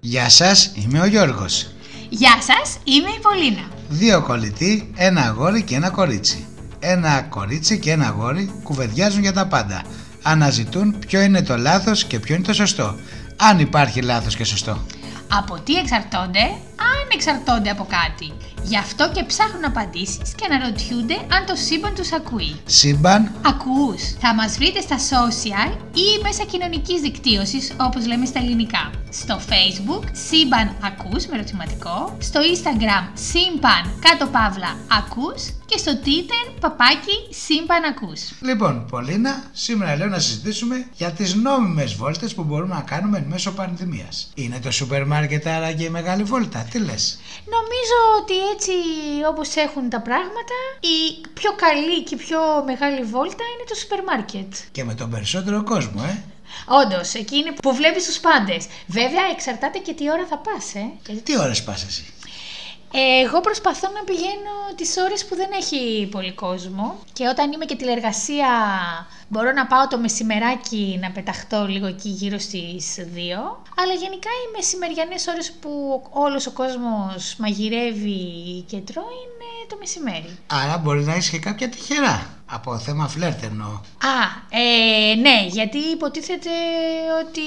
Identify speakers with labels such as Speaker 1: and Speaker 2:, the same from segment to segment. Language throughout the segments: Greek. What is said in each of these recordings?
Speaker 1: Γεια σας, είμαι ο Γιώργος.
Speaker 2: Γεια σας, είμαι η Πολίνα.
Speaker 1: Δύο κολλητοί, ένα αγόρι και ένα κορίτσι. Ένα κορίτσι και ένα αγόρι κουβεντιάζουν για τα πάντα. Αναζητούν ποιο είναι το λάθος και ποιο είναι το σωστό. Αν υπάρχει λάθος και σωστό.
Speaker 2: Από τι εξαρτώνται, αν εξαρτώνται από κάτι. Γι' αυτό και ψάχνουν απαντήσεις και αναρωτιούνται αν το σύμπαν τους ακούει.
Speaker 1: Σύμπαν,
Speaker 2: Ακούς, θα μας βρείτε στα social ή μέσα κοινωνικής δικτύωσης όπως λέμε στα ελληνικά. Στο facebook σύμπαν ακούς με ερωτηματικό, στο instagram σύμπαν κάτω παύλα ακούς και στο twitter παπάκι σύμπαν ακούς.
Speaker 1: Λοιπόν, Πολίνα, σήμερα λέω να συζητήσουμε για τις νόμιμες βόλτες που μπορούμε να κάνουμε εν μέσω πανδημίας. Είναι το σούπερ μάρκετ άραγε η μεγάλη βόλτα, τι λες.
Speaker 2: Νομίζω ότι έτσι όπως έχουν τα πράγματα, η πιο καλή και η πιο μεγάλη βόλτα είναι το σούπερ μάρκετ.
Speaker 1: Και με τον περισσότερο κόσμο, ε.
Speaker 2: Όντως, εκεί είναι που βλέπεις τους πάντες. Βέβαια, εξαρτάται και τι ώρα θα πας, ε.
Speaker 1: Τι ώρες πας εσύ.
Speaker 2: Ε, Εγώ προσπαθώ να πηγαίνω τις ώρες που δεν έχει πολύ κόσμο και όταν είμαι και τηλεργασία μπορώ να πάω το μεσημεράκι να πεταχτώ λίγο εκεί γύρω στις 2 αλλά γενικά οι μεσημεριανές ώρες που όλος ο κόσμος μαγειρεύει και τρώει είναι το μεσημέρι.
Speaker 1: Άρα μπορεί να είσαι και κάποια τυχερά. Από θέμα φλερτ εννοώ.
Speaker 2: Α, ε, ναι, γιατί υποτίθεται ότι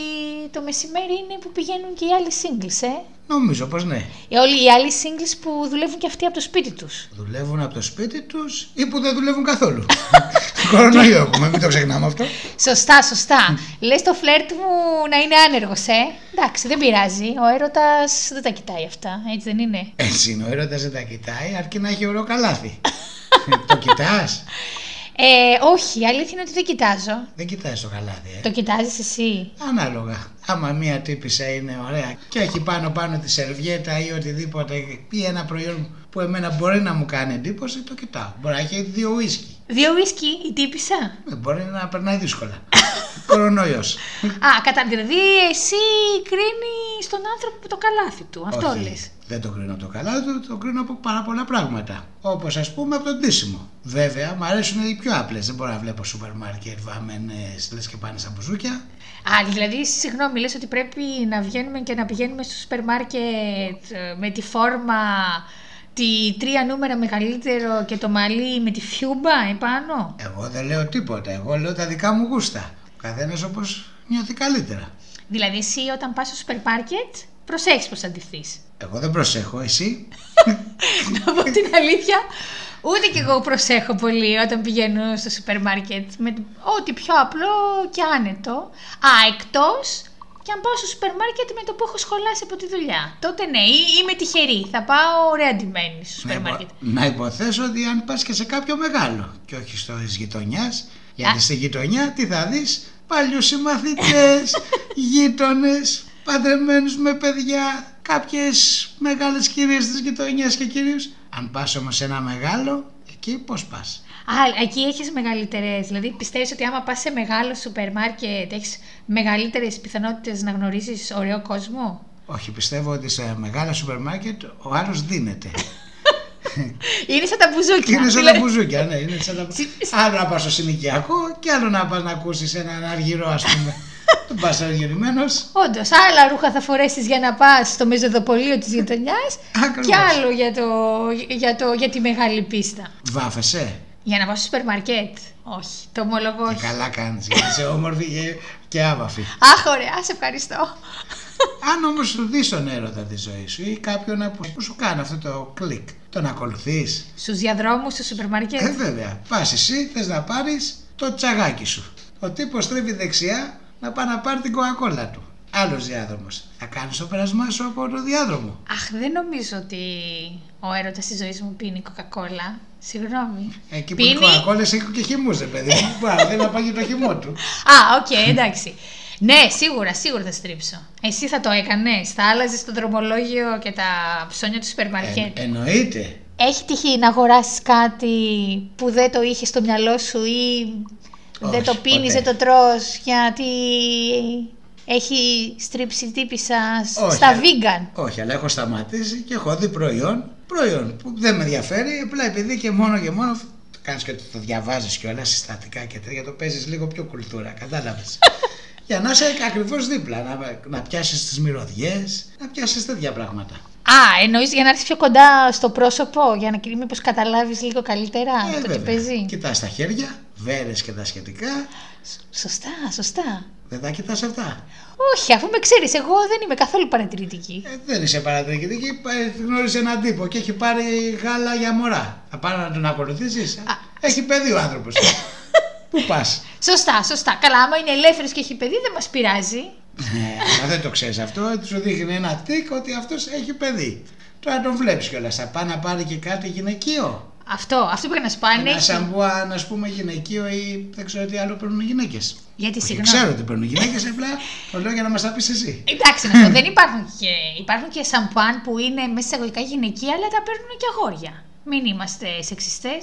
Speaker 2: το μεσημέρι είναι που πηγαίνουν και οι άλλοι singles, ε.
Speaker 1: Νομίζω πως ναι.
Speaker 2: Ε, Όλοι οι άλλοι singles που δουλεύουν και αυτοί από το σπίτι τους.
Speaker 1: Δουλεύουν από το σπίτι τους ή που δεν δουλεύουν καθόλου. Κορονοϊό έχουμε, μην το ξεχνάμε αυτό.
Speaker 2: Σωστά, σωστά. Λες το φλερτ μου να είναι άνεργος, ε. Εντάξει, δεν πειράζει. Ο έρωτας δεν τα κοιτάει αυτά, έτσι δεν είναι.
Speaker 1: Έτσι είναι, ο έρωτας δεν τα κοιτάει αρκεί να έχει ωραίο καλάθι. το κοιτάς.
Speaker 2: Ε, όχι, η αλήθεια είναι ότι δεν κοιτάζω.
Speaker 1: Δεν κοιτάς το καλάθι, ε.
Speaker 2: Το κοιτάζεις εσύ.
Speaker 1: Ανάλογα. Άμα μία τύπησα είναι ωραία και έχει πάνω πάνω τη σερβιέτα ή οτιδήποτε ή ένα προϊόν που εμένα μπορεί να μου κάνει εντύπωση, το κοιτάω. Μπορεί να έχει δύο ουίσκι.
Speaker 2: Δύο ουίσκι, η τύπησα.
Speaker 1: Ε, Μπορεί να περνάει δύσκολα. Κορονοϊός.
Speaker 2: Α, κατά δηλαδή εσύ κρίνεις τον άνθρωπο που το καλάθι του. Αυτό
Speaker 1: Όχι,
Speaker 2: λες.
Speaker 1: Δεν το κρίνω από το καλά του, το κρίνω από πάρα πολλά πράγματα. Όπως ας πούμε από τον τίσιμο. Βέβαια, μου αρέσουν οι πιο απλές. Δεν μπορώ να βλέπω σούπερ μάρκετ, βαμμένε, λες και πάνε στα μπουζούκια.
Speaker 2: Α, δηλαδή, συγγνώμη, λες ότι πρέπει να βγαίνουμε και να πηγαίνουμε στο σούπερ μάρκετ ε, με τη φόρμα τη τρία νούμερα μεγαλύτερο και το μαλλί με τη φιούμπα επάνω.
Speaker 1: Εγώ δεν λέω τίποτα. Εγώ λέω τα δικά μου γούστα. Ο καθένας όπως νιώθει καλύτερα.
Speaker 2: Δηλαδή, εσύ όταν πας στο σούπερ μάρκετ, προσέχεις πως θα ντυθείς.
Speaker 1: Εγώ δεν προσέχω, εσύ.
Speaker 2: να πω την αλήθεια, ούτε κι εγώ προσέχω πολύ όταν πηγαίνω στο σούπερ μάρκετ. Με ό,τι πιο απλό και άνετο. Α, εκτός και αν πάω στο σούπερ μάρκετ με το που έχω σχολάσει από τη δουλειά. Τότε ναι, ή- είμαι τυχερή. Θα πάω ωραία ντυμένη στο
Speaker 1: Να
Speaker 2: σούπερ
Speaker 1: υπο-
Speaker 2: μάρκετ.
Speaker 1: Να υποθέσω ότι αν πας και σε κάποιο μεγάλο και όχι στο της γειτονιάς, γιατί
Speaker 2: Α.
Speaker 1: στη γειτονιά τι θα δεις, παλιούς συμμαθητές, γείτονες, παντρεμένους με παιδιά, κάποιες μεγάλες κυρίες της γειτονιάς και κυρίω. Αν πας όμως σε ένα μεγάλο, εκεί πώς πας.
Speaker 2: Α, εκεί έχεις μεγαλύτερες. Δηλαδή πιστεύεις ότι άμα πας σε μεγάλο σούπερ μάρκετ έχεις μεγαλύτερες πιθανότητες να γνωρίσεις ωραίο κόσμο.
Speaker 1: Όχι, πιστεύω ότι σε μεγάλα σούπερ μάρκετ ο άλλος δίνεται.
Speaker 2: Είναι σαν τα μπουζούκια.
Speaker 1: Είναι σαν τα
Speaker 2: Δηλαδή-
Speaker 1: μπουζούκια, ναι. Είναι σαν τα...
Speaker 2: Συ-
Speaker 1: άλλο να πας στο συνοικιακό και άλλο να πας να ακούσεις έναν αργυρό, ας πούμε. Τον πας αργυρημένος
Speaker 2: Όντως, άλλα ρούχα θα φορέσεις για να πας στο μεζοδοπολείο της γειτονιάς
Speaker 1: Ακριβώς.
Speaker 2: και άλλο για, το, για, το, για τη μεγάλη πίστα.
Speaker 1: Βάφεσαι.
Speaker 2: Για να πάω στο σούπερ μαρκέτ. Όχι, το ομολογώ.
Speaker 1: Και
Speaker 2: όχι.
Speaker 1: καλά κάνεις. Γιατί είσαι όμορφη και, και άβαφη.
Speaker 2: Αχ, ωραία, σε ευχαριστώ.
Speaker 1: Αν όμως σου δεις τον έρωτα τη ζωή σου ή κάποιον που, που σου κάνει αυτό το κλικ, τον ακολουθείς.
Speaker 2: Στους διαδρόμους στο σούπερ
Speaker 1: Ε,
Speaker 2: μαρκέτ.
Speaker 1: βέβαια. Πας εσύ, θες να πάρεις το τσαγάκι σου. Ο τύπος τρέβει δεξιά να πάει να πάρει την κοκακόλα του. Άλλος διάδρομος. Θα κάνει το περασμά σου από το διάδρομο.
Speaker 2: Αχ, δεν νομίζω ότι ο έρωτας της ζωής μου πίνει κοκακόλα. Συγγνώμη.
Speaker 1: Εκεί που οι
Speaker 2: πίνει.
Speaker 1: κοκακόλε έχουν και χυμού, ρε παιδί μου. Πάρα, δεν να πάει για το χυμό του.
Speaker 2: Α, οκ, εντάξει. Ναι, σίγουρα, σίγουρα θα στρίψω. Εσύ θα το έκανες. Θα άλλαζες το δρομολόγιο και τα ψώνια του σούπερ μαρκέτ.
Speaker 1: Ε, εννοείται.
Speaker 2: Έχει τυχεί να αγοράσεις κάτι που δεν το είχες στο μυαλό σου ή δεν
Speaker 1: Όχι,
Speaker 2: το πίνεις,
Speaker 1: ποτέ.
Speaker 2: δεν το τρως γιατί έχει στρίψει τύπησα σ-
Speaker 1: Όχι, ε.
Speaker 2: στα
Speaker 1: αλλά-
Speaker 2: vegan.
Speaker 1: Όχι, αλλά έχω σταματήσει και έχω δει προϊόν, προϊόν που δεν με ενδιαφέρει, απλά επειδή και μόνο και μόνο κάνεις και ότι το διαβάζεις κιόλα συστατικά και τέτοια, το παίζεις λίγο πιο κουλτούρα, κατάλαβες. Για να είσαι ακριβώς δίπλα, να, να πιάσεις τις μυρωδιές, να πιάσεις τέτοια πράγματα.
Speaker 2: Α, εννοείς για να έρθεις πιο κοντά στο πρόσωπο, για να μήπως καταλάβεις λίγο καλύτερα
Speaker 1: Ε,
Speaker 2: το τι παίζει.
Speaker 1: Κοιτάς τα χέρια, βέρε και τα σχετικά.
Speaker 2: Σωστά, σωστά.
Speaker 1: Δεν τα κοιτάς αυτά.
Speaker 2: Όχι, αφού με ξέρεις, εγώ δεν είμαι καθόλου παρατηρητική.
Speaker 1: Ε, δεν είσαι παρατηρητική. ε, Γνώρισε έναν τύπο και έχει πάρει γάλα για μωρά. Θα πάρει να τον ακολουθήσεις. Έχει παιδί ο άνθρωπος. Πού πας.
Speaker 2: Σωστά, σωστά. Καλά, άμα είναι ελεύθερος και έχει παιδί, δεν μας πειράζει.
Speaker 1: Ναι, αλλά δεν το ξέρεις αυτό. Τους δείχνει ένα τικ ότι αυτός έχει παιδί. Τώρα τον βλέπεις κιόλας. Θα πάει να πάρει και κάτι γυναικείο.
Speaker 2: Αυτό, αυτό που να σου πάνε.
Speaker 1: Ένα σαμπουάν, ας πούμε, γυναικείο ή δεν ξέρω τι άλλο παίρνουν οι γυναίκες.
Speaker 2: Γιατί συγγνώμη.
Speaker 1: Ξέρω ότι παίρνουν γυναίκες, απλά το λέω για να μας τα πεις εσύ.
Speaker 2: Εντάξει, να σου πω, δεν υπάρχουν και, υπάρχουν και σαμπουάν που είναι μέσα εισαγωγικά γυναικεία, αλλά τα παίρνουν και αγόρια. Μην είμαστε σεξιστές.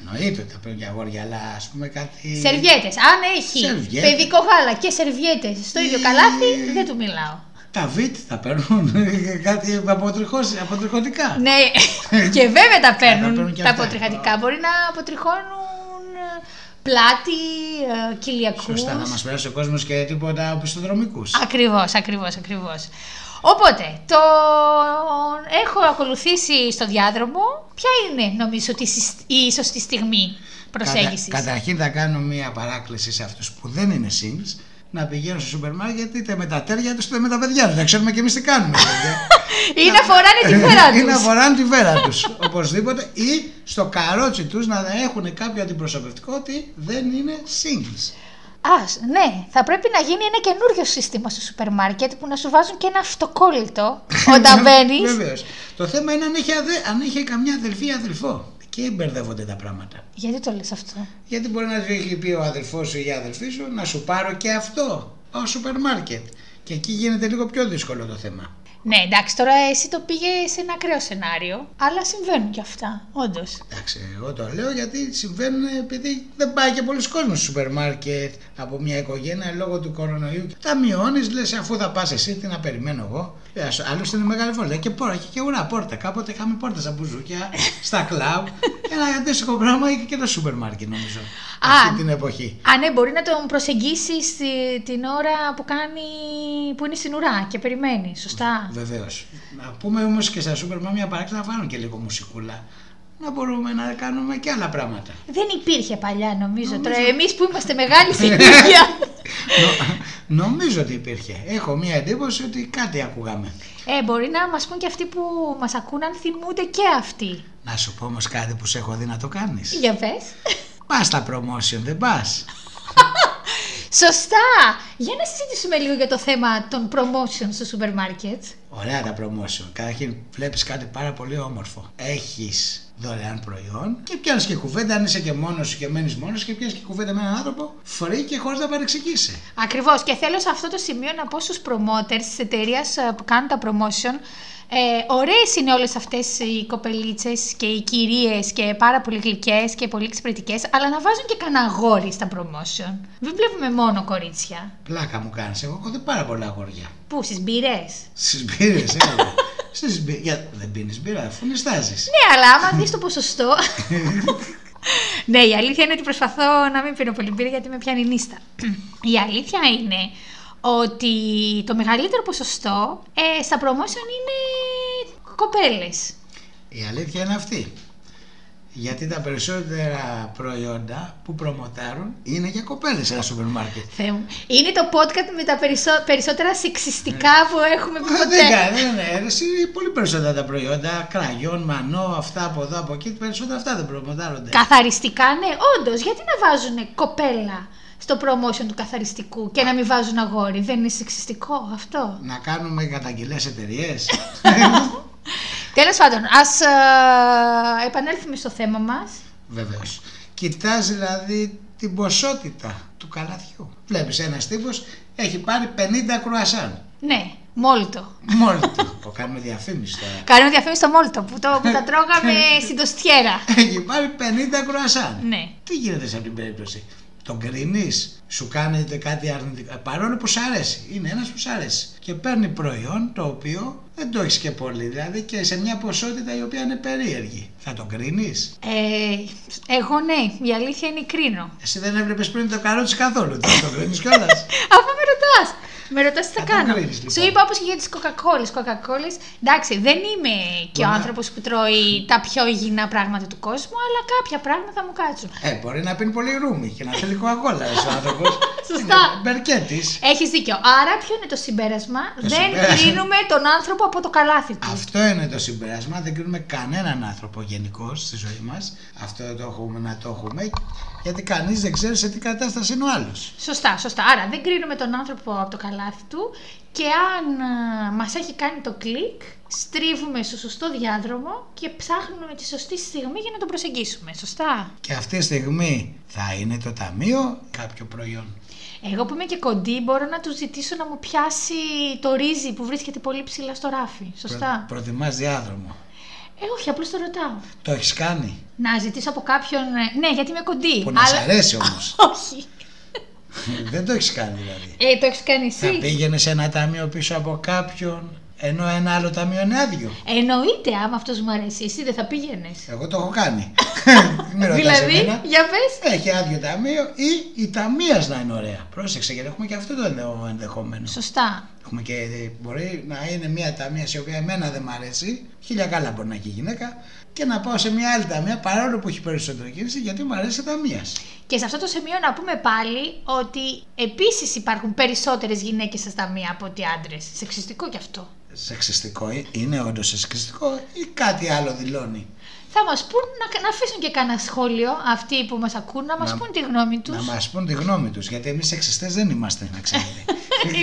Speaker 1: Εννοείται ότι θα παίρνουν και αγόρια, αλλά ας πούμε κάτι.
Speaker 2: Σερβιέτες. Αν ναι, έχει
Speaker 1: Ε, Σερβιέτες.
Speaker 2: παιδικό γάλα και σερβιέτες στο ίδιο
Speaker 1: Ε.
Speaker 2: καλάθι, δεν του μιλάω.
Speaker 1: Τα βιτ θα παίρνουν κάτι αποτριχώς- αποτριχωτικά.
Speaker 2: Ναι, και βέβαια τα
Speaker 1: Τα
Speaker 2: παίρνουν
Speaker 1: παίρνουν και
Speaker 2: τα
Speaker 1: αυτά.
Speaker 2: αποτριχατικά. Μπορεί να αποτριχώνουν ε, πλάτη, ε, κυλιακούς.
Speaker 1: Σωστά, να μας περάσει ο κόσμος και τίποτα οπισθοδρομικούς.
Speaker 2: Ακριβώς, ακριβώς, ακριβώς. Οπότε, το έχω ακολουθήσει στο διάδρομο. Ποια είναι, νομίζω, ότι η συσ- η σωστή στιγμή προσέγγισης.
Speaker 1: καταρχήν θα κάνω μία παράκληση σε αυτούς που δεν είναι singles να πηγαίνουν στο σούπερ μάρκετ είτε με τα τέρια τους είτε με τα παιδιά τους. Να ξέρουμε και εμείς τι κάνουμε. παιδιά.
Speaker 2: Ή να φοράνε Ε, τη φέρα
Speaker 1: Ή να
Speaker 2: τους.
Speaker 1: φοράνε τη βέρα τους. Οπωσδήποτε. Ή στο καρότσι τους να έχουν κάποιο αντιπροσωπευτικό ότι δεν είναι singles.
Speaker 2: Α, σ- ναι, θα πρέπει να γίνει ένα καινούριο σύστημα στο σούπερ μάρκετ που να σου βάζουν και ένα αυτοκόλλητο όταν μπαίνεις.
Speaker 1: Βεβαίως. Το θέμα είναι αν έχει, αδε- αν έχει καμιά αδελφή ή αδελφό. Και μπερδεύονται τα πράγματα.
Speaker 2: Γιατί το λες αυτό.
Speaker 1: Γιατί μπορεί να σου έχει πει ο αδελφός σου ή η αδελφή σου να σου πάρω και αυτό ω σούπερ μάρκετ. Και εκεί γίνεται λίγο πιο δύσκολο το θέμα.
Speaker 2: Ναι, εντάξει, τώρα εσύ το πήγε σε ένα ακραίο σενάριο. Αλλά συμβαίνουν και αυτά, όντως.
Speaker 1: Εντάξει, εγώ το λέω γιατί συμβαίνουν επειδή δεν πάει και πολλοί κόσμος στο σούπερ μάρκετ από μια οικογένεια λόγω του κορονοϊού. Τα μειώνεις, λες αφού θα πας εσύ, τι να περιμένω εγώ. Ε, ας- Άλλωστε είναι μεγάλη βόλτα και πόρα και, και ουρά πόρτα. Κάποτε είχαμε πόρτα στα μπουζούκια, στα κλαμπ. Ένα αντίστοιχο πράγμα είχε και το σούπερ μάρκετ νομίζω.
Speaker 2: Α.
Speaker 1: αυτή την εποχή.
Speaker 2: Α, ναι, μπορεί να τον προσεγγίσεις την ώρα που, κάνει, που είναι στην ουρά και περιμένεις. Σωστά.
Speaker 1: Βεβαίως. Να πούμε όμως και στα σούπερ μάρκετ μια παράξενα να βάλουν και λίγο μουσικούλα. Να μπορούμε να κάνουμε και άλλα πράγματα.
Speaker 2: Δεν υπήρχε παλιά, νομίζω.
Speaker 1: Νομίζω-
Speaker 2: Τώρα, εμείς που είμαστε μεγάλη ηλικία.
Speaker 1: Νο- νομίζω ότι υπήρχε. Έχω μία εντύπωση ότι κάτι ακούγαμε.
Speaker 2: ε, μπορεί να μας πούν και αυτοί που μας ακούν αν θυμούνται και αυτοί.
Speaker 1: Να σου πω όμως κάτι που σε έχω δει να το κάνεις.
Speaker 2: Για πες.
Speaker 1: Πας στα promotion, δεν πας.
Speaker 2: Σωστά! Για να συζητήσουμε λίγο για το θέμα των promotion στο σούπερ μάρκετ.
Speaker 1: Ωραία τα promotion. Καταρχήν βλέπεις κάτι πάρα πολύ όμορφο. Έχεις δωρεάν προϊόν και πιάνεις και κουβέντα. Αν είσαι και μόνος σου και μένεις μόνος και πιάνεις και κουβέντα με έναν άνθρωπο, free και χωρίς να παρεξηγήσει.
Speaker 2: Ακριβώς. Και θέλω σε αυτό το σημείο να πω στους promoters της εταιρείας που κάνουν τα promotion. Ε, Ωραίες είναι όλες αυτές οι κοπελίτσες και οι κυρίες και πάρα πολύ γλυκές και πολύ εξυπηρετικές, αλλά να βάζουν και κανένα αγόρι στα promotion. Δεν βλέπουμε μόνο κορίτσια.
Speaker 1: Πλάκα μου κάνεις. Εγώ έχω δει πάρα πολλά αγόρια.
Speaker 2: Πού, στις μπυρέ.
Speaker 1: Στις μπύρες, έλα. Στις μπύρες. Για- Δεν πίνεις μπύρα, αφού νιστάζει.
Speaker 2: Ναι, αλλά άμα δεις το ποσοστό. ναι, η αλήθεια είναι ότι προσπαθώ να μην πίνω πολύ μπύρα γιατί με πιάνει νύστα. η αλήθεια είναι ότι το μεγαλύτερο ποσοστό ε, στα promotion είναι κοπέλες.
Speaker 1: Η αλήθεια είναι αυτή. Γιατί τα περισσότερα προϊόντα που προμοτάρουν είναι για κοπέλες σε ένα σούπερ μάρκετ.
Speaker 2: Θεέ μου. Είναι το podcast με τα περισσο- περισσότερα σεξιστικά που έχουμε πει
Speaker 1: Ναι. Δεν
Speaker 2: ποτέ.
Speaker 1: κάνει, ναι, είναι πολύ περισσότερα τα προϊόντα. Κραγιόν, μανό, αυτά από εδώ, από εκεί. Περισσότερα αυτά δεν προμοτάρονται.
Speaker 2: Καθαριστικά, ναι, όντως. Γιατί να βάζουν κοπέλα στο promotion του καθαριστικού και να μην βάζουν αγόρι. Δεν είναι σεξιστικό αυτό.
Speaker 1: Να κάνουμε καταγγελές εταιρείες.
Speaker 2: Τέλος πάντων, ας επανέλθουμε στο θέμα μας.
Speaker 1: Βεβαίως. Κοιτάς δηλαδή την ποσότητα του καλαθιού. Βλέπεις ένας τύπος έχει πάρει 50 κρουασάν.
Speaker 2: Ναι, μόλτο.
Speaker 1: Μόνο το. Κάνουμε διαφήμιση τώρα.
Speaker 2: Κάνουμε διαφήμιση στο μόλτο που, το, που τα τρώγαμε στην τοστιέρα.
Speaker 1: Έχει πάρει 50 κρουασάν.
Speaker 2: Ναι.
Speaker 1: Τι γίνεται σε αυτή την περίπτωση. Τον κρίνεις, σου κάνετε κάτι αρνητικό. Ε, Παρόλο που σου αρέσει. Είναι ένας που σου αρέσει. Και παίρνει προϊόν το οποίο δεν το έχεις και πολύ. Δηλαδή και σε μια ποσότητα η οποία είναι περίεργη. Θα τον κρίνεις.
Speaker 2: Ε, εγώ ναι, η αλήθεια είναι κρίνω.
Speaker 1: Εσύ δεν έβλεπες πριν το καρότσι καθόλου. Θα τον κρίνεις κιόλας.
Speaker 2: Αφού με ρωτάς ρωτά. Με ρωτάς τι θα
Speaker 1: Θα τον
Speaker 2: κάνω.
Speaker 1: κρίνεις, λοιπόν.
Speaker 2: Σου είπα όπως και για τις κοκακόλε. Κοκακόλε. Εντάξει, δεν είμαι και ο
Speaker 1: Μπορεί να-
Speaker 2: άνθρωπος που τρώει τα πιο υγιεινά πράγματα του κόσμου, αλλά κάποια πράγματα μου κάτσουν.
Speaker 1: Ε, μπορεί να πίνει πολύ ρούμι και να θέλει κοκακόλα ο άνθρωπος.
Speaker 2: Σωστά.
Speaker 1: Μπερκέτης.
Speaker 2: Έχεις δίκιο. Άρα, ποιο είναι το συμπέρασμα,
Speaker 1: Το
Speaker 2: δεν
Speaker 1: συμπέρασμα.
Speaker 2: κρίνουμε τον άνθρωπο από το καλάθι του.
Speaker 1: Αυτό είναι το συμπέρασμα. Δεν κρίνουμε κανέναν άνθρωπο γενικώς στη ζωή μας. Αυτό το έχουμε να το έχουμε. Γιατί κανείς δεν ξέρει σε τι κατάσταση είναι ο άλλος.
Speaker 2: Σωστά, σωστά. Άρα, δεν κρίνουμε τον άνθρωπο από το καλάθι του και αν α, μας έχει κάνει το κλικ, στρίβουμε στο σωστό διάδρομο και ψάχνουμε τη σωστή στιγμή για να τον προσεγγίσουμε. Σωστά.
Speaker 1: Και αυτή τη στιγμή θα είναι το ταμείο κάποιο προϊόν.
Speaker 2: Εγώ που είμαι και κοντή, μπορώ να τους ζητήσω να μου πιάσει το ρύζι που βρίσκεται πολύ ψηλά στο ράφι. Σωστά.
Speaker 1: Προτιμάς διάδρομο.
Speaker 2: Ε, όχι, απλώς το ρωτάω.
Speaker 1: Το έχεις κάνει.
Speaker 2: Να ζητήσω από κάποιον. ε, Ναι, γιατί είμαι κοντή.
Speaker 1: Που να σε αρέσει όμως.
Speaker 2: όχι.
Speaker 1: δεν το έχεις κάνει δηλαδή.
Speaker 2: Ε, το έχεις κάνει εσύ.
Speaker 1: Θα πήγαινες σε ένα ταμείο πίσω από κάποιον, ενώ ένα άλλο ταμείο είναι άδειο.
Speaker 2: Εννοείται, άμα αυτός μου αρέσει, εσύ δεν θα πήγαινες.
Speaker 1: Εγώ το έχω κάνει. Μην ρωτάς
Speaker 2: Δηλαδή,
Speaker 1: εμένα.
Speaker 2: για πες.
Speaker 1: Έχει άδειο ταμείο ή η ταμείας να είναι ωραία. Πρόσεξε γιατί έχουμε και αυτό το ενδε- ενδεχόμενο.
Speaker 2: Σωστά.
Speaker 1: Έχουμε και, ε, μπορεί να είναι μια ταμεία η οποία εμένα δεν μ' αρέσει, χίλια καλά μπορεί να είναι και η γυναίκα, και να πάω σε μια άλλη ταμεία παρόλο που έχει περισσότερο κίνηση γιατί μου αρέσει η ταμεία.
Speaker 2: Και σε αυτό το σημείο να πούμε πάλι ότι επίσης υπάρχουν περισσότερες γυναίκες στα ταμεία από ότι άντρες. Σεξιστικό κι αυτό.
Speaker 1: Σεξιστικό ε, είναι όντως σεξιστικό ή κάτι άλλο δηλώνει.
Speaker 2: Θα μας πούν να, να αφήσουν και κανένα σχόλιο αυτοί που μας ακούν, να μας
Speaker 1: Να-
Speaker 2: πούν τη γνώμη τους.
Speaker 1: Να μας πούν τη γνώμη τους, γιατί εμείς σεξιστές δεν είμαστε, να ξέρετε.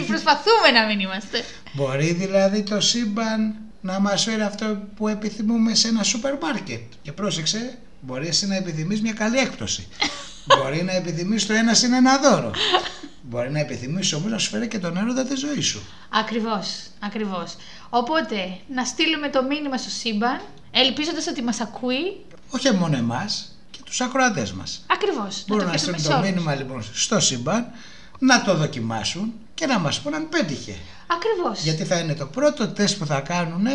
Speaker 2: Προσπαθούμε να μην είμαστε.
Speaker 1: Μπορεί δηλαδή το σύμπαν να μας φέρει αυτό που επιθυμούμε σε ένα σούπερ μάρκετ. Και πρόσεξε, μπορεί εσύ να επιθυμείς μια καλή έκπτωση. μπορεί να επιθυμείς το ένα συν ένα δώρο. μπορεί να επιθυμείς όμως να σου φέρει και τον έρωτα της ζωής σου.
Speaker 2: Ακριβώς, ακριβώς. Οπότε, να στείλουμε το μήνυμα στο σύμπαν, ελπίζοντας ότι μας ακούει.
Speaker 1: Όχι μόνο εμάς και τους ακροατές μας.
Speaker 2: Ακριβώς.
Speaker 1: Μπορούν να στείλουν το μήνυμα λοιπόν στο σύμπαν, να το δοκιμάσουν και να μας πούν αν πέτυχε.
Speaker 2: Ακριβώς.
Speaker 1: Γιατί θα είναι το πρώτο τεστ που θα κάνουν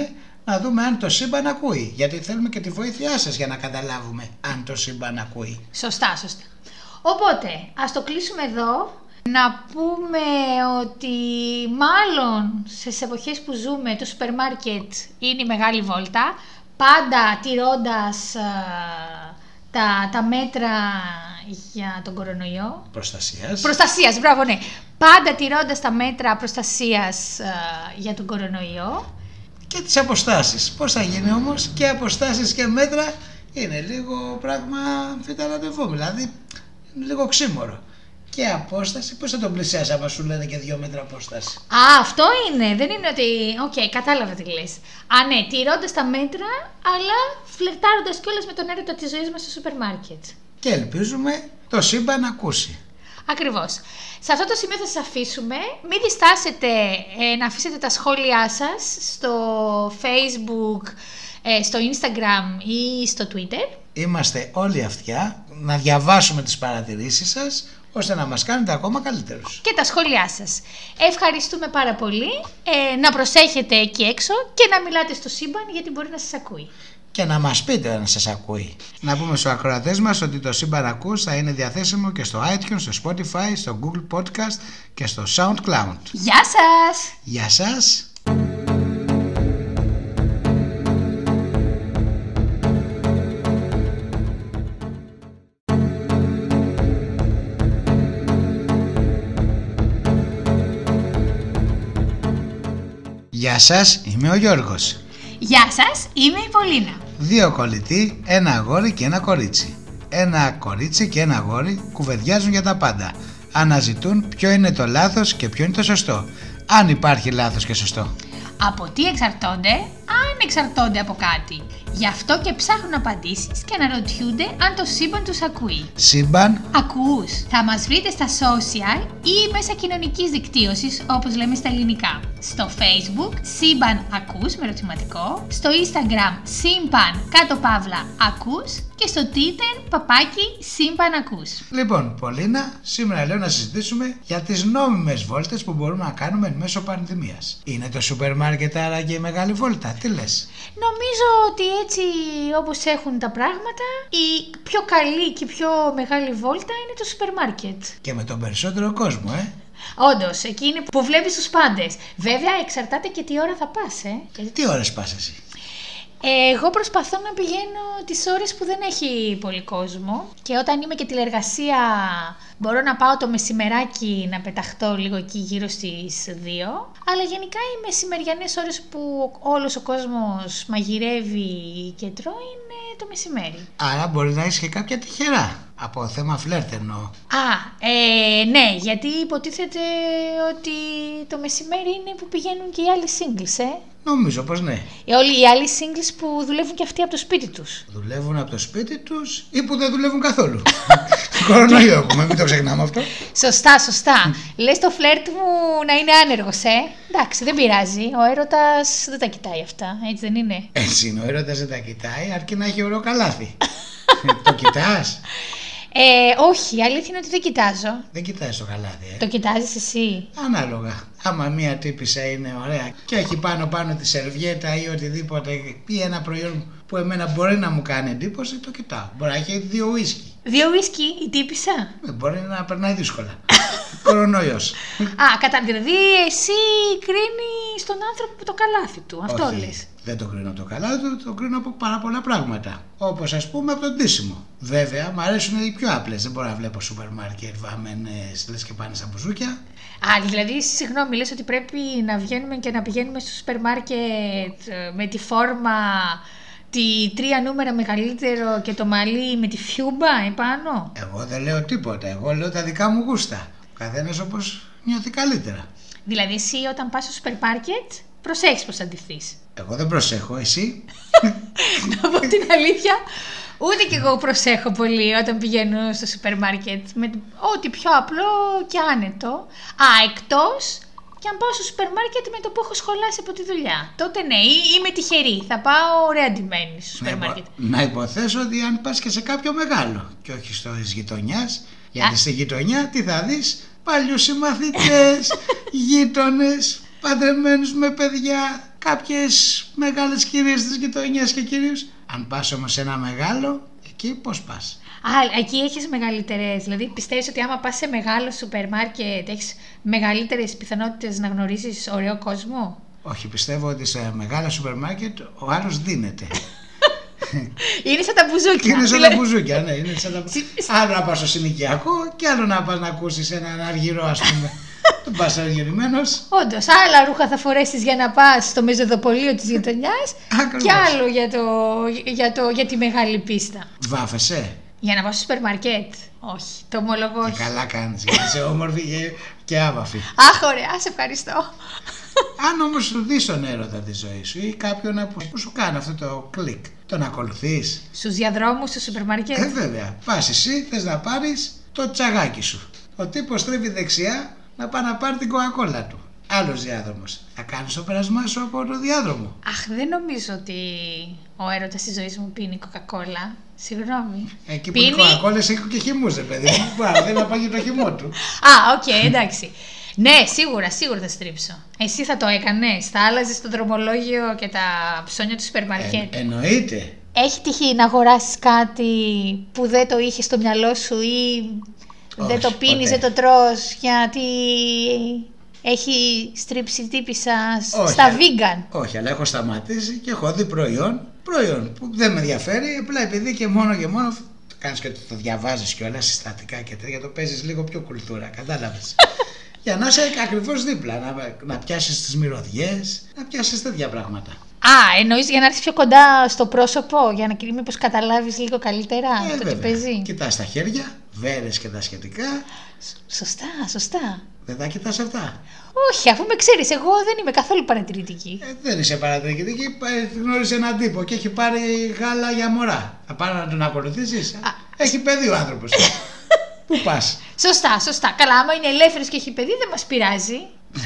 Speaker 1: να δούμε αν το σύμπαν ακούει. Γιατί θέλουμε και τη βοήθειά σας για να καταλάβουμε αν το σύμπαν ακούει.
Speaker 2: Σωστά, σωστά. Οπότε, ας το κλείσουμε εδώ. Να πούμε ότι μάλλον στις εποχές που ζούμε το σούπερ μάρκετ είναι η μεγάλη βόλτα, πάντα τηρώντας α, τα, τα μέτρα για τον κορονοϊό.
Speaker 1: Προστασίας.
Speaker 2: Προστασίας, μπράβο, ναι. Πάντα τηρώντας τα μέτρα προστασίας α, για τον κορονοϊό.
Speaker 1: και τις αποστάσεις. Πώς θα γίνει όμως και αποστάσεις και μέτρα είναι λίγο πράγμα αμφιταλαντευό, δηλαδή είναι λίγο ξύμορο. Και απόσταση, πώς θα τον πλησιάσει άμα σου λένε και δύο μέτρα απόσταση.
Speaker 2: Α, αυτό είναι. Δεν είναι ότι. Οκ, κατάλαβα τι λες. Α, ναι, τηρώντας τα μέτρα, αλλά φλερτάροντας κιόλας με τον έρωτα της ζωής μας στο σούπερ μάρκετ.
Speaker 1: Και ελπίζουμε το σύμπαν να ακούσει.
Speaker 2: Ακριβώς. Σε αυτό το σημείο θα σας αφήσουμε. Μην διστάσετε ε, να αφήσετε τα σχόλιά σας στο Facebook, ε, στο Instagram ή στο Twitter.
Speaker 1: Είμαστε όλοι αυτιά να διαβάσουμε τις παρατηρήσεις σας ώστε να μας κάνετε ακόμα καλύτερους.
Speaker 2: Και τα σχόλιά σας. Ευχαριστούμε πάρα πολύ. Ε, να προσέχετε εκεί έξω και να μιλάτε στο σύμπαν γιατί μπορεί να σας ακούει.
Speaker 1: Και να μας πείτε αν σας ακούει. Να πούμε στους ακροατές μας ότι το σύμπαν ακούς θα είναι διαθέσιμο και στο iTunes, στο Spotify, στο Google Podcast και στο SoundCloud.
Speaker 2: Γεια σας!
Speaker 1: Γεια σας! Γεια σας, είμαι ο Γιώργος.
Speaker 2: Γεια σας, είμαι η Πολίνα.
Speaker 1: Δύο κολλητοί, ένα αγόρι και ένα κορίτσι. Ένα κορίτσι και ένα αγόρι κουβεντιάζουν για τα πάντα. Αναζητούν ποιο είναι το λάθος και ποιο είναι το σωστό. Αν υπάρχει λάθος και σωστό.
Speaker 2: Από τι εξαρτώνται, αν εξαρτώνται από κάτι. Γι' αυτό και ψάχνουν απαντήσεις και αναρωτιούνται αν το σύμπαν τους ακούει.
Speaker 1: Σύμπαν,
Speaker 2: Ακούς! Θα μας βρείτε στα social ή μέσα κοινωνικής δικτύωσης, όπως λέμε στα ελληνικά. Στο facebook σύμπαν ακούς με ερωτηματικό, στο instagram σύμπαν κάτω παύλα ακούς και στο twitter παπάκι σύμπαν ακούς.
Speaker 1: Λοιπόν, Πολίνα, σήμερα λέω να συζητήσουμε για τις νόμιμες βόλτες που μπορούμε να κάνουμε εν μέσω πανδημίας. Είναι το σούπερ μάρκετ άραγε η μεγάλη βόλτα, τι λες.
Speaker 2: Νομίζω ότι έτσι όπως έχουν τα πράγματα, η πιο καλή και η πιο μεγάλη βόλτα είναι το σούπερ μάρκετ.
Speaker 1: Και με τον περισσότερο κόσμο, ε.
Speaker 2: Όντως, εκεί είναι που βλέπεις τους πάντες. Βέβαια, εξαρτάται και τι ώρα θα πας, ε. Γιατί-
Speaker 1: Τι ώρες πας εσύ.
Speaker 2: Ε, Εγώ προσπαθώ να πηγαίνω τις ώρες που δεν έχει πολύ κόσμο και όταν είμαι και τηλεργασία μπορώ να πάω το μεσημεράκι να πεταχτώ λίγο εκεί γύρω στις 2 αλλά γενικά οι μεσημεριανές ώρες που όλος ο κόσμος μαγειρεύει και τρώει είναι το μεσημέρι.
Speaker 1: Άρα μπορεί να είσαι και κάποια τυχερά. Από θέμα φλερτ εννοώ.
Speaker 2: Α, ε, ναι, γιατί υποτίθεται ότι το μεσημέρι είναι που πηγαίνουν και οι άλλοι singles, ε.
Speaker 1: Νομίζω πως ναι.
Speaker 2: Ε, Όλοι οι άλλοι singles που δουλεύουν και αυτοί από το σπίτι τους.
Speaker 1: Δουλεύουν από το σπίτι τους ή που δεν δουλεύουν καθόλου. Κορονοϊό έχουμε, μην το ξεχνάμε αυτό.
Speaker 2: Σωστά, σωστά. Λες το φλερτ μου να είναι άνεργος, ε. Εντάξει, δεν πειράζει. Ο έρωτας δεν τα κοιτάει αυτά, έτσι δεν είναι.
Speaker 1: Έτσι είναι, ο έρωτας δεν τα κοιτάει, αρκεί να έχει ωραίο καλάθι. το κοιτάς.
Speaker 2: Ε, όχι, η αλήθεια είναι ότι δεν κοιτάζω.
Speaker 1: Δεν κοιτάς το καλάθι, ε.
Speaker 2: Το κοιτάζεις εσύ.
Speaker 1: Ανάλογα. Άμα μία τύπησα είναι ωραία και έχει πάνω πάνω τη σερβιέτα ή οτιδήποτε ή ένα προϊόν που εμένα μπορεί να μου κάνει εντύπωση, το κοιτάω. Μπορεί να έχει δύο ουίσκι.
Speaker 2: Δύο ουίσκι, η τύπησα.
Speaker 1: Ε, Μπορεί να περνάει δύσκολα. Κορονοϊός.
Speaker 2: Α, κατά δηλαδή εσύ κρίνεις στον άνθρωπο που το καλάθι του. Αυτό
Speaker 1: Όχι,
Speaker 2: λες.
Speaker 1: Δεν το κρίνω το καλά του, το κρίνω από πάρα πολλά πράγματα. Όπως ας πούμε από τον ντύσιμο. Βέβαια, μου αρέσουν οι πιο απλές. Δεν μπορώ να βλέπω σούπερ μάρκετ βαμμένες λες και πάνε στα μπουζούκια.
Speaker 2: Α, δηλαδή, συγγνώμη, λες ότι πρέπει να βγαίνουμε και να πηγαίνουμε στο σούπερ μάρκετ ε, με τη φόρμα τη τρία νούμερα μεγαλύτερο και το μαλλί με τη φιούμπα επάνω.
Speaker 1: Εγώ δεν λέω τίποτα. Εγώ λέω τα δικά μου γούστα. Ο καθένας όπως νιώθει καλύτερα.
Speaker 2: Δηλαδή, εσύ όταν πας στο σούπερ μάρκετ, προσέχεις πως θα ντυθείς.
Speaker 1: Εγώ δεν προσέχω, εσύ.
Speaker 2: να πω την αλήθεια, ούτε κι εγώ προσέχω πολύ όταν πηγαίνω στο σούπερ μάρκετ. Με ό,τι πιο απλό και άνετο. Α, εκτός και αν πάω στο σούπερ μάρκετ με το που έχω σχολάσει από τη δουλειά. Τότε ναι, ή- είμαι τυχερή. Θα πάω ωραία ντυμένη
Speaker 1: Να,
Speaker 2: στο σούπερ
Speaker 1: υπο-
Speaker 2: μάρκετ.
Speaker 1: να υποθέσω ότι αν πας και σε κάποιο μεγάλο και όχι στο της γειτονιάς.
Speaker 2: Α.
Speaker 1: Γιατί στη γειτονιά τι θα δεις, παλιούς συμμαθητές, γείτονες, παντρεμένους με παιδιά, κάποιες μεγάλες κυρίες της γειτονιάς και κυρίω. Αν πας όμως σε ένα μεγάλο, εκεί πώς πας.
Speaker 2: Α, εκεί έχεις μεγαλύτερες. Δηλαδή, πιστεύεις ότι άμα πας σε μεγάλο σούπερ μάρκετ, έχεις μεγαλύτερες πιθανότητες να γνωρίσεις ωραίο κόσμο.
Speaker 1: Όχι, πιστεύω ότι σε μεγάλα σούπερ μάρκετ ο άλλος δίνεται.
Speaker 2: Είναι σαν τα μπουζούκια.
Speaker 1: Είναι σαν τα
Speaker 2: Δηλαδή,
Speaker 1: μπουζούκια, ναι. Είναι σαν τα...
Speaker 2: Συ-
Speaker 1: Άλλο να πας στο συνοικιακό και άλλο να πας να ακούσεις έναν αργυρό, ας πούμε. Τον πας αργυρημένο.
Speaker 2: Όντως, άλλα ρούχα θα φορέσεις για να πας στο μεζοδοπολείο της γειτονιάς
Speaker 1: Ακριβώς.
Speaker 2: και άλλο για, το, για, το, για τη μεγάλη πίστα.
Speaker 1: Βάφεσαι.
Speaker 2: Για να πάω στο σούπερ μαρκέτ. Όχι, το ομολογώ.
Speaker 1: Και
Speaker 2: όχι.
Speaker 1: καλά κάνεις, γιατί είσαι όμορφη και, και άβαφη.
Speaker 2: Αχ, ωραία, σε ευχαριστώ.
Speaker 1: Αν όμως σου δεις τον έρωτα της ζωής σου ή κάποιον που, που σου κάνει αυτό το κλικ, τον ακολουθείς.
Speaker 2: Στους διαδρόμους του σούπερ
Speaker 1: Ε,
Speaker 2: μαρκέτ.
Speaker 1: βέβαια. Πας εσύ, θες να πάρεις το τσαγάκι σου. Ο τύπος τρέβει δεξιά να πάει να πάρει την κοκακόλα του. Άλλος διάδρομος. Θα κάνεις το περασμά σου από το διάδρομο.
Speaker 2: Αχ, δεν νομίζω ότι ο έρωτας της ζωής μου πίνει κοκακόλα. Συγγνώμη.
Speaker 1: Εκεί που οι
Speaker 2: πίνει.
Speaker 1: κοκακόλες έχουν και χυμούς, ρε παιδί μου. Μπορεί να θέλει να πάει και το χυμό του. Ε,
Speaker 2: Α, οκ, εντάξει. Ναι, σίγουρα, σίγουρα θα στρίψω. Εσύ θα το έκανες. Θα άλλαζες το δρομολόγιο και τα ψώνια του σούπερ
Speaker 1: Ε,
Speaker 2: μαρκέτ.
Speaker 1: εννοείται.
Speaker 2: Έχει τύχει να αγοράσεις κάτι που δεν το είχες στο μυαλό σου ή
Speaker 1: Όχι,
Speaker 2: δεν το πίνεις,
Speaker 1: ποτέ.
Speaker 2: δεν το τρως γιατί έχει στρίψει τύπησα σ-
Speaker 1: Όχι, ε.
Speaker 2: στα
Speaker 1: αλλά-
Speaker 2: vegan.
Speaker 1: Όχι, αλλά έχω σταματήσει και έχω δει προϊόν, προϊόν που δεν με ενδιαφέρει, απλά επειδή και μόνο και μόνο το κάνεις και το, το διαβάζεις και όλα συστατικά και τέτοια, το παίζεις λίγο πιο κουλτούρα, κατάλαβες. Για να είσαι ακριβώς δίπλα, να, να πιάσεις τις μυρωδιές, να πιάσεις τέτοια πράγματα.
Speaker 2: Α, εννοείς για να έρθεις πιο κοντά στο πρόσωπο, για να κ- μήπως καταλάβεις λίγο καλύτερα το τι
Speaker 1: Ε, βέβαια.
Speaker 2: παίζει.
Speaker 1: Κοιτάς τα χέρια, βέρες και τα σχετικά,
Speaker 2: Σ- Σωστά, σωστά.
Speaker 1: δεν τα κοιτάς αυτά.
Speaker 2: Όχι, αφού με ξέρεις, εγώ δεν είμαι καθόλου παρατηρητική.
Speaker 1: Ε, δεν είσαι παρατηρητική, ε, γνώρισε έναν τύπο και έχει πάρει γάλα για μωρά. Θα πάρει να τον ακολουθήσεις. Έχει παιδί ο άνθρωπος. Πού πας.
Speaker 2: Σωστά, σωστά. Καλά, άμα είναι ελεύθερος και έχει παιδί δεν μας πειράζει.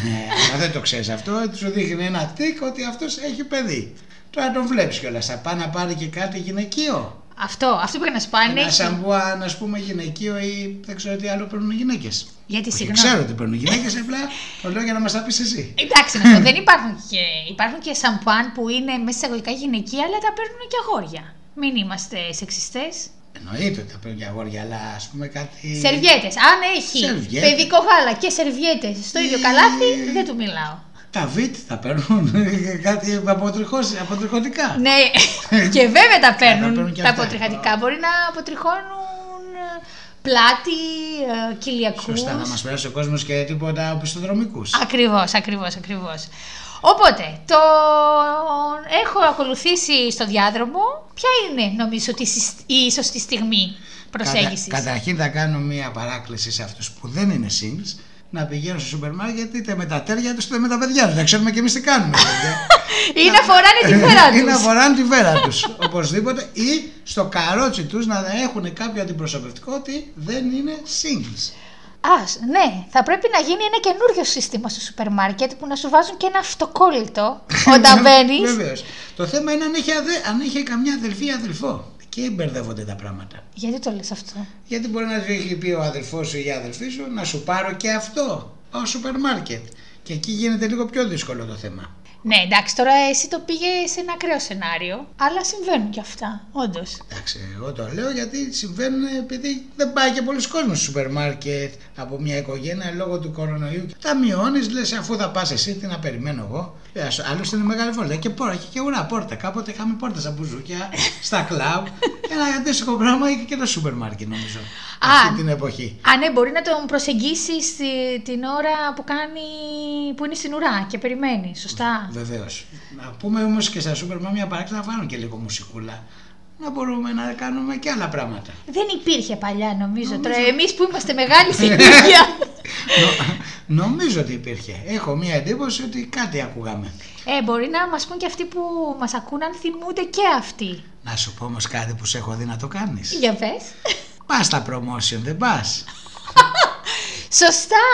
Speaker 1: Ναι, αλλά δεν το ξέρεις αυτό. Σου δείχνει ένα τικ ότι αυτός έχει παιδί. Τώρα τον βλέπεις κιόλας. Θα πάει να πάρει και κάτι γυναικείο.
Speaker 2: Αυτό, αυτό πρέπει να σου πάνε.
Speaker 1: Ένα σαμπουάν, ας πούμε, γυναικείο ή δεν ξέρω τι άλλο παίρνουν οι γυναίκες.
Speaker 2: Γιατί συγγνώμη.
Speaker 1: Ξέρω ότι παίρνουν οι γυναίκες, απλά το λέω για να μας τα πεις εσύ.
Speaker 2: Εντάξει, να το δεν υπάρχουν και, υπάρχουν και σαμπουάν που είναι μέσα εισαγωγικά γυναικεία, αλλά τα παίρνουν και αγόρια. Μην είμαστε σεξιστές.
Speaker 1: Εννοείται ότι θα πρέπει και αγόρια, αλλά ας πούμε κάτι.
Speaker 2: Σερβιέτες. Αν έχει
Speaker 1: Ε, Σερβιέτες.
Speaker 2: παιδικό γάλα και σερβιέτες στο ίδιο
Speaker 1: Ε.
Speaker 2: καλάθι, δεν του μιλάω.
Speaker 1: Τα βιτ θα παίρνουν κάτι αποτριχώς- αποτριχωτικά.
Speaker 2: Ναι, και βέβαια τα
Speaker 1: τα
Speaker 2: παίρνουν
Speaker 1: παίρνουν και
Speaker 2: τα
Speaker 1: αυτά.
Speaker 2: αποτριχατικά. Μπορεί να αποτριχώνουν ε, πλάτη, ε, κοιλιακούς.
Speaker 1: Σωστά, να μας περάσει ο κόσμος και τίποτα οπισθοδρομικούς.
Speaker 2: Ακριβώς, ακριβώς, ακριβώς. Οπότε, το έχω ακολουθήσει στο διάδρομο. Ποια είναι, νομίζω, ότι η συσ- η σωστή στιγμή προσέγγισης.
Speaker 1: καταρχήν θα κάνω μία παράκληση σε αυτούς που δεν είναι singles να πηγαίνουν στο σούπερ μάρκετ είτε με τα τέρια τους είτε με τα παιδιά τους. Να ξέρουμε και εμείς τι κάνουμε. παιδιά.
Speaker 2: Ή να φοράνε τη φέρα
Speaker 1: Ή να
Speaker 2: Ε, τους.
Speaker 1: φοράνε τη φέρα τους. Οπωσδήποτε. Ή στο καρότσι τους να έχουν κάποιο αντιπροσωπευτικό ότι δεν είναι singles.
Speaker 2: Ας, ναι, θα πρέπει να γίνει ένα καινούριο σύστημα στο σούπερ μάρκετ που να σου βάζουν και ένα αυτοκόλλητο όταν μπαίνεις.
Speaker 1: Βεβαίως. Ε, Το θέμα είναι αν έχει, αδε- αν έχει καμιά αδελφή ή αδελφό. Και μπερδεύονται τα πράγματα.
Speaker 2: Γιατί το λες αυτό.
Speaker 1: Γιατί μπορεί να σου έχει πει ο αδελφός σου ή η αδελφή σου να σου πάρω και αυτό ω σούπερ μάρκετ. Και εκεί γίνεται λίγο πιο δύσκολο το θέμα.
Speaker 2: Ναι, εντάξει, τώρα εσύ το πήγες σε ένα ακραίο σενάριο, αλλά συμβαίνουν και αυτά, όντως.
Speaker 1: Εντάξει, εγώ το λέω γιατί συμβαίνουν επειδή δεν πάει και πολλοί κόσμοι στο σούπερ μάρκετ από μια οικογένεια λόγω του κορονοϊού. Τα μειώνεις, λες αφού θα πας εσύ, τι να περιμένω εγώ. Ε, ας- Άλλωστε είναι μεγάλη βόλτα και πόρα και, και ουρά πόρτα. Κάποτε είχαμε πόρτα στα μπουζούκια, στα κλαμπ. Ένα αντίστοιχο πράγμα είχε και το σούπερ μάρκετ νομίζω. αυτή την εποχή.
Speaker 2: Α, ναι, μπορεί να τον προσεγγίσεις την ώρα που κάνει. που είναι στην ουρά και περιμένεις, σωστά.
Speaker 1: Βεβαίως. Να πούμε όμως και στα σούπερ μάρκετ μια παράξενη να βάλουν και λίγο μουσικούλα. Να μπορούμε να κάνουμε και άλλα πράγματα.
Speaker 2: Δεν υπήρχε παλιά, νομίζω. Τώρα, εμείς που είμαστε μεγάλη ηλικία.
Speaker 1: Νο- νομίζω ότι υπήρχε. Έχω μια εντύπωση ότι κάτι ακούγαμε.
Speaker 2: ε, μπορεί να μας πούν και αυτοί που μας ακούν, αν θυμούνται και αυτοί.
Speaker 1: Να σου πω όμως κάτι που σε έχω δει να το κάνεις.
Speaker 2: Για πες.
Speaker 1: Πας στα promotion, δεν πας.
Speaker 2: Σωστά!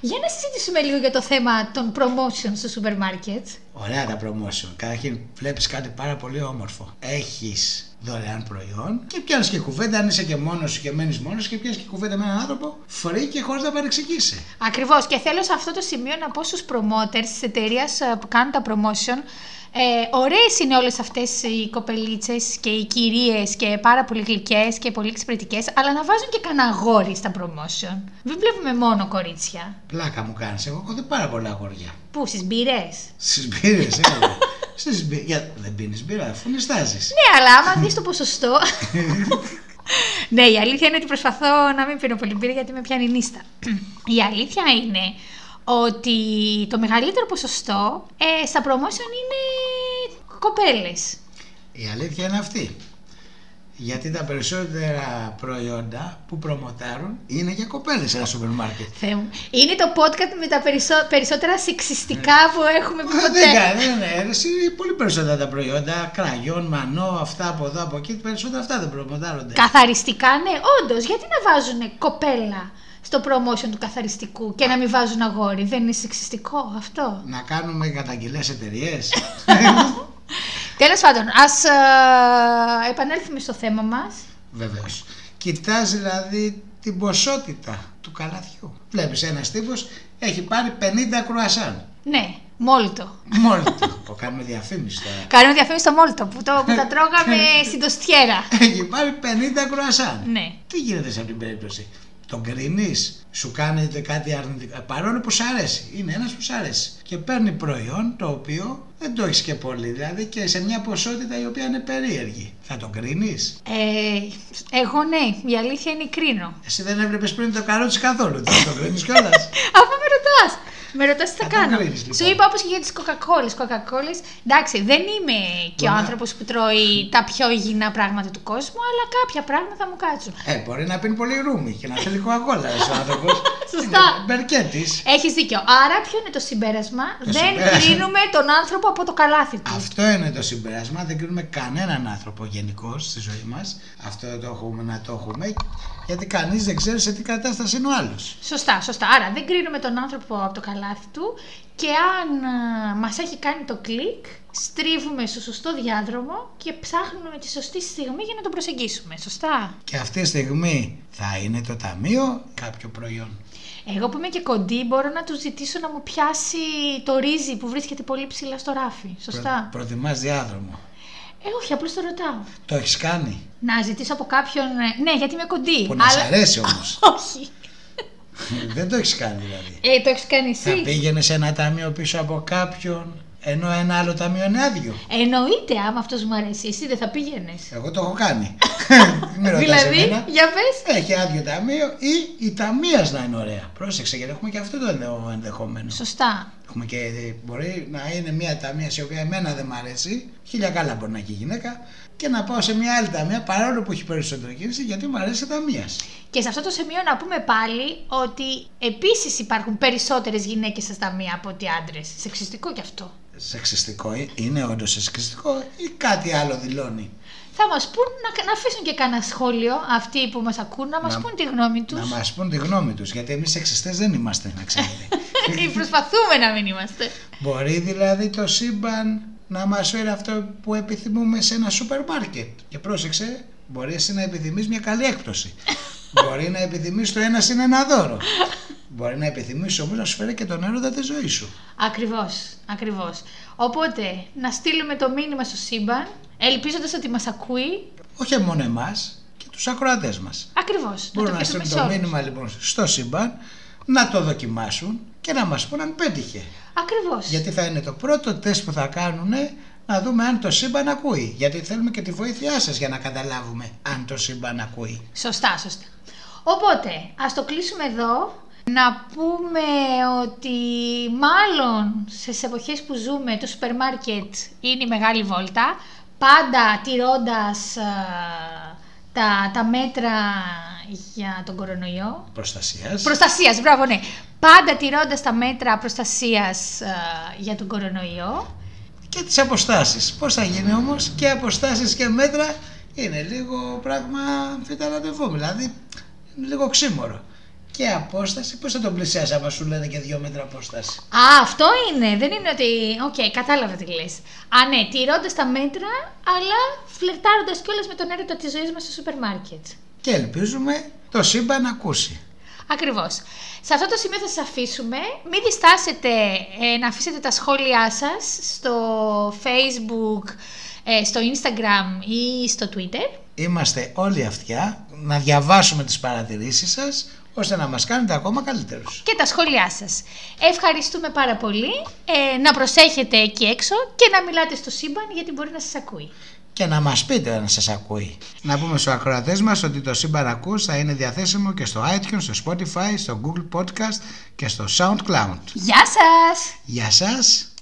Speaker 2: Για να συζητήσουμε λίγο για το θέμα των promotion στο σούπερ μάρκετ.
Speaker 1: Ωραία τα promotion. Καταρχήν βλέπεις κάτι πάρα πολύ όμορφο. Έχεις δωρεάν προϊόν και πιάνεις και κουβέντα. Αν είσαι και μόνος σου και μένεις μόνος και πιάνεις και κουβέντα με έναν άνθρωπο, free και χωρίς να παρεξηγήσει.
Speaker 2: Ακριβώς. Και θέλω σε αυτό το σημείο να πω στους promoters της εταιρείας που κάνουν τα promotion. Ε, ωραίες είναι όλες αυτές οι κοπελίτσες και οι κυρίες και πάρα πολύ γλυκές και πολύ εξυπηρετικές αλλά να βάζουν και κανένα αγόρι στα promotion. Δεν βλέπουμε μόνο κορίτσια.
Speaker 1: Πλάκα μου κάνεις. Εγώ έχω δει πάρα πολλά αγόρια.
Speaker 2: Πού, στις μπυρές.
Speaker 1: Στις μπύρες, έλα. Στις μπύρες. Για- Δεν πίνεις μπύρα, αφού νιστάζεις.
Speaker 2: Ναι, αλλά άμα δεις το ποσοστό... ναι, η αλήθεια είναι ότι προσπαθώ να μην πίνω πολύ μπύρα γιατί με πιάνει νύστα. η αλήθεια είναι ότι το μεγαλύτερο ποσοστό ε, στα promotion είναι κοπέλες.
Speaker 1: Η αλήθεια είναι αυτή. Γιατί τα περισσότερα προϊόντα που προμοτάρουν είναι για κοπέλες σε ένα σούπερ μάρκετ.
Speaker 2: Θεέ μου. Είναι το podcast με τα περισσο- περισσότερα σεξιστικά που έχουμε πει
Speaker 1: Μα Ναι. Δεν
Speaker 2: ποτέ.
Speaker 1: κάνει, δεν είναι. αίρεση. Είναι πολύ περισσότερα τα προϊόντα. Κραγιόν, μανό, αυτά από εδώ, από εκεί. Περισσότερα αυτά δεν προμοτάρονται.
Speaker 2: Καθαριστικά, ναι, όντως. Γιατί να βάζουν κοπέλα στο promotion του καθαριστικού και να μην βάζουν αγόρι. Δεν είναι σεξιστικό αυτό.
Speaker 1: Να κάνουμε καταγγελές εταιρείες.
Speaker 2: Τέλος πάντων, ας επανέλθουμε στο θέμα μας.
Speaker 1: Βεβαίως. Κοιτάς δηλαδή την ποσότητα του καλαθιού. Βλέπεις ένας τύπος έχει πάρει 50 κρουασάν.
Speaker 2: Ναι, μόλτο.
Speaker 1: Μόνο του. Το κάνουμε διαφήμιση τώρα.
Speaker 2: Κάνουμε διαφήμιση στο μόλτο που, το, που τα τρώγαμε στην τοστιέρα.
Speaker 1: Έχει πάρει 50 κρουασάν.
Speaker 2: Ναι.
Speaker 1: Τι γίνεται σε αυτήν την περίπτωση. Τον κρίνεις, σου κάνετε κάτι αρνητικό. Παρόλο που σ' αρέσει. Είναι ένας που σ' αρέσει. Και παίρνει προϊόν το οποίο δεν το έχεις και πολύ. Δηλαδή και σε μια ποσότητα η οποία είναι περίεργη. Θα τον κρίνεις.
Speaker 2: Ε, εγώ ναι, η αλήθεια είναι κρίνω.
Speaker 1: Εσύ δεν έβλεπε πριν το καρότσι καθόλου. Τι το κρίνεις κιόλας.
Speaker 2: Αφού με ρωτάς. Με ρωτάς τι θα
Speaker 1: Α, το
Speaker 2: κάνω.
Speaker 1: κρίνεις, λοιπόν.
Speaker 2: Σου είπα όπως και για τις κοκακόλε. Κοκακόλε. Εντάξει, δεν είμαι και ο
Speaker 1: Μα-
Speaker 2: άνθρωπος που τρώει τα πιο υγιεινά πράγματα του κόσμου, αλλά κάποια πράγματα μου κάτσουν.
Speaker 1: ε, μπορεί να πίνει πολύ ρούμι και να θέλει κοκακόλα ο άνθρωπος.
Speaker 2: Σωστά.
Speaker 1: Μπερκέτης.
Speaker 2: Έχεις δίκιο. Άρα, ποιο είναι το συμπέρασμα. δεν
Speaker 1: συμπέρασμα.
Speaker 2: κρίνουμε τον άνθρωπο από το καλάθι του.
Speaker 1: Αυτό είναι το συμπέρασμα. Δεν κρίνουμε κανέναν άνθρωπο γενικώ στη ζωή μας. Αυτό το έχουμε να το έχουμε. Γιατί κανείς δεν ξέρει σε τι κατάσταση είναι ο άλλος.
Speaker 2: Σωστά, σωστά. Άρα δεν κρίνουμε τον άνθρωπο από το καλάθι του και αν α, μας έχει κάνει το κλικ, στρίβουμε στο σωστό διάδρομο και ψάχνουμε τη σωστή στιγμή για να τον προσεγγίσουμε. Σωστά.
Speaker 1: Και αυτή τη στιγμή θα είναι το ταμείο κάποιο προϊόν.
Speaker 2: Εγώ που είμαι και κοντή μπορώ να τους ζητήσω να μου πιάσει το ρύζι που βρίσκεται πολύ ψηλά στο ράφι. Σωστά.
Speaker 1: Προτιμάς διάδρομο.
Speaker 2: Ε, όχι, απλώς το ρωτάω.
Speaker 1: Το έχεις κάνει.
Speaker 2: Να ζητήσω από κάποιον. ε, Ναι, γιατί είμαι κοντή.
Speaker 1: Που να σ' αρέσει όμως.
Speaker 2: όχι.
Speaker 1: Δεν το έχεις κάνει δηλαδή.
Speaker 2: Ε, το έχεις κάνει εσύ.
Speaker 1: Θα πήγαινε σε ένα ταμείο πίσω από κάποιον, ενώ ένα άλλο ταμείο είναι άδειο.
Speaker 2: Εννοείται, άμα αυτός μου αρέσει, εσύ δεν θα πήγαινες.
Speaker 1: Εγώ το έχω κάνει. Μην ρωτάς
Speaker 2: Δηλαδή,
Speaker 1: εμένα.
Speaker 2: για πες.
Speaker 1: Έχει άδειο ταμείο ή η ταμείας να είναι ωραία. Πρόσεξε γιατί έχουμε και αυτό το ενδεχόμενο.
Speaker 2: Σωστά.
Speaker 1: Έχουμε και, ε, μπορεί να είναι μια ταμεία η οποία εμένα δεν μ' αρέσει, χίλια καλά μπορεί να έχει η γυναίκα, και να πάω σε μια άλλη ταμεία παρόλο που έχει περισσότερο κίνηση γιατί μου αρέσει η ταμεία.
Speaker 2: Και σε αυτό το σημείο να πούμε πάλι ότι επίσης υπάρχουν περισσότερες γυναίκες στα ταμεία από ότι άντρες. Σεξιστικό κι αυτό.
Speaker 1: Σεξιστικό ε, είναι όντως σεξιστικό ή κάτι άλλο δηλώνει.
Speaker 2: Θα μας πούν να, να αφήσουν και κανένα σχόλιο αυτοί που μας ακούν, να μας
Speaker 1: Να-
Speaker 2: πούν τη γνώμη του.
Speaker 1: Να μας πούν τη γνώμη τους, γιατί εμείς σεξιστές δεν είμαστε, να ξέρετε.
Speaker 2: Προσπαθούμε να μην είμαστε.
Speaker 1: Μπορεί δηλαδή το σύμπαν να μας φέρει αυτό που επιθυμούμε σε ένα σούπερ μάρκετ. Και πρόσεξε, μπορεί εσύ να επιθυμείς μια καλή έκπτωση. μπορεί να επιθυμείς το ένα συν ένα δώρο. μπορεί να επιθυμείς όμως να σου φέρει και τον έρωτα της ζωής σου.
Speaker 2: Ακριβώς, ακριβώς. Οπότε, να στείλουμε το μήνυμα στο σύμπαν, ελπίζοντας ότι μας ακούει.
Speaker 1: Όχι μόνο εμάς και τους ακροατές μας.
Speaker 2: Ακριβώς.
Speaker 1: Μπορούν να στείλουν το μήνυμα λοιπόν στο σύμπαν, να το δοκιμάσουν και να μας πούν αν πέτυχε.
Speaker 2: Ακριβώς.
Speaker 1: Γιατί θα είναι το πρώτο τεστ που θα κάνουν να δούμε αν το σύμπαν ακούει. Γιατί θέλουμε και τη βοήθειά σας για να καταλάβουμε αν το σύμπαν ακούει.
Speaker 2: Σωστά, σωστά. Οπότε, ας το κλείσουμε εδώ. Να πούμε ότι μάλλον στις εποχές που ζούμε το σούπερ μάρκετ είναι η μεγάλη βόλτα, πάντα τηρώντας α, τα, τα μέτρα για τον κορονοϊό.
Speaker 1: Προστασίας.
Speaker 2: Προστασίας, μπράβο, ναι. Πάντα τηρώντας τα μέτρα προστασίας α, για τον κορονοϊό.
Speaker 1: Και τις αποστάσεις. Πώς θα γίνει όμως και αποστάσεις και μέτρα είναι λίγο πράγμα φυταραντεβού. Δηλαδή είναι λίγο ξύμορο. Και απόσταση, πώς θα τον πλησιάσει άμα σου λένε και δύο μέτρα απόσταση.
Speaker 2: Α, αυτό είναι. Δεν είναι ότι. Οκ, κατάλαβα τι λες. Α, ναι, τηρώντας τα μέτρα, αλλά φλερτάροντας κιόλας με τον έρωτα της ζωής μας στο σούπερ μάρκετ.
Speaker 1: Και ελπίζουμε το σύμπαν να ακούσει.
Speaker 2: Ακριβώς. Σε αυτό το σημείο θα σας αφήσουμε. Μην διστάσετε ε, να αφήσετε τα σχόλιά σας στο Facebook, ε, στο Instagram ή στο Twitter.
Speaker 1: Είμαστε όλοι αυτιά να διαβάσουμε τις παρατηρήσεις σας ώστε να μας κάνετε ακόμα καλύτερους.
Speaker 2: και τα σχόλιά σας. Ευχαριστούμε πάρα πολύ. Ε, να προσέχετε εκεί έξω και να μιλάτε στο σύμπαν γιατί μπορεί να σας ακούει.
Speaker 1: και να μας πείτε αν σας ακούει. Να πούμε στους ακροατές μας ότι το Σύμπαν Ακούς θα είναι διαθέσιμο και στο iTunes, στο Spotify, στο Google Podcast και στο SoundCloud.
Speaker 2: Γεια σας!
Speaker 1: Γεια σας!